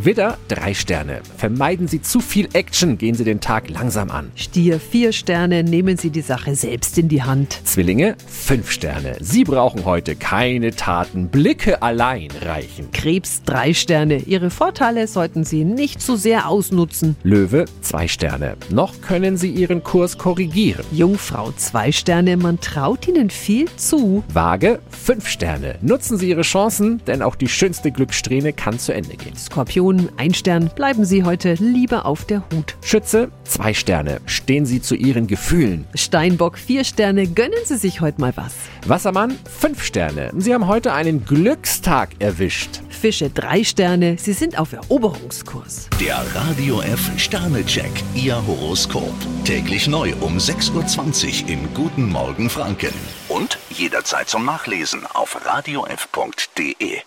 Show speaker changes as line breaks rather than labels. Widder, drei Sterne. Vermeiden Sie zu viel Action, gehen Sie den Tag langsam an.
Stier, vier Sterne, nehmen Sie die Sache selbst in die Hand.
Zwillinge, fünf Sterne. Sie brauchen heute keine Taten, Blicke allein reichen.
Krebs, drei Sterne, Ihre Vorteile sollten Sie nicht zu sehr ausnutzen.
Löwe, zwei Sterne. Noch können Sie Ihren Kurs korrigieren.
Jungfrau, zwei Sterne, man traut Ihnen viel zu.
Waage, fünf Sterne. Nutzen Sie Ihre Chancen, denn auch die schönste Glückssträhne kann zu Ende gehen.
Skorpion, ein Stern, bleiben Sie heute lieber auf der Hut.
Schütze, zwei Sterne. Stehen Sie zu Ihren Gefühlen.
Steinbock, vier Sterne, gönnen Sie sich heute mal was.
Wassermann, fünf Sterne. Sie haben heute einen Glückstag erwischt.
Fische, drei Sterne, Sie sind auf Eroberungskurs.
Der Radio F Sternecheck, Ihr Horoskop. Täglich neu um 6.20 Uhr im Guten Morgen Franken. Und jederzeit zum Nachlesen auf radiof.de.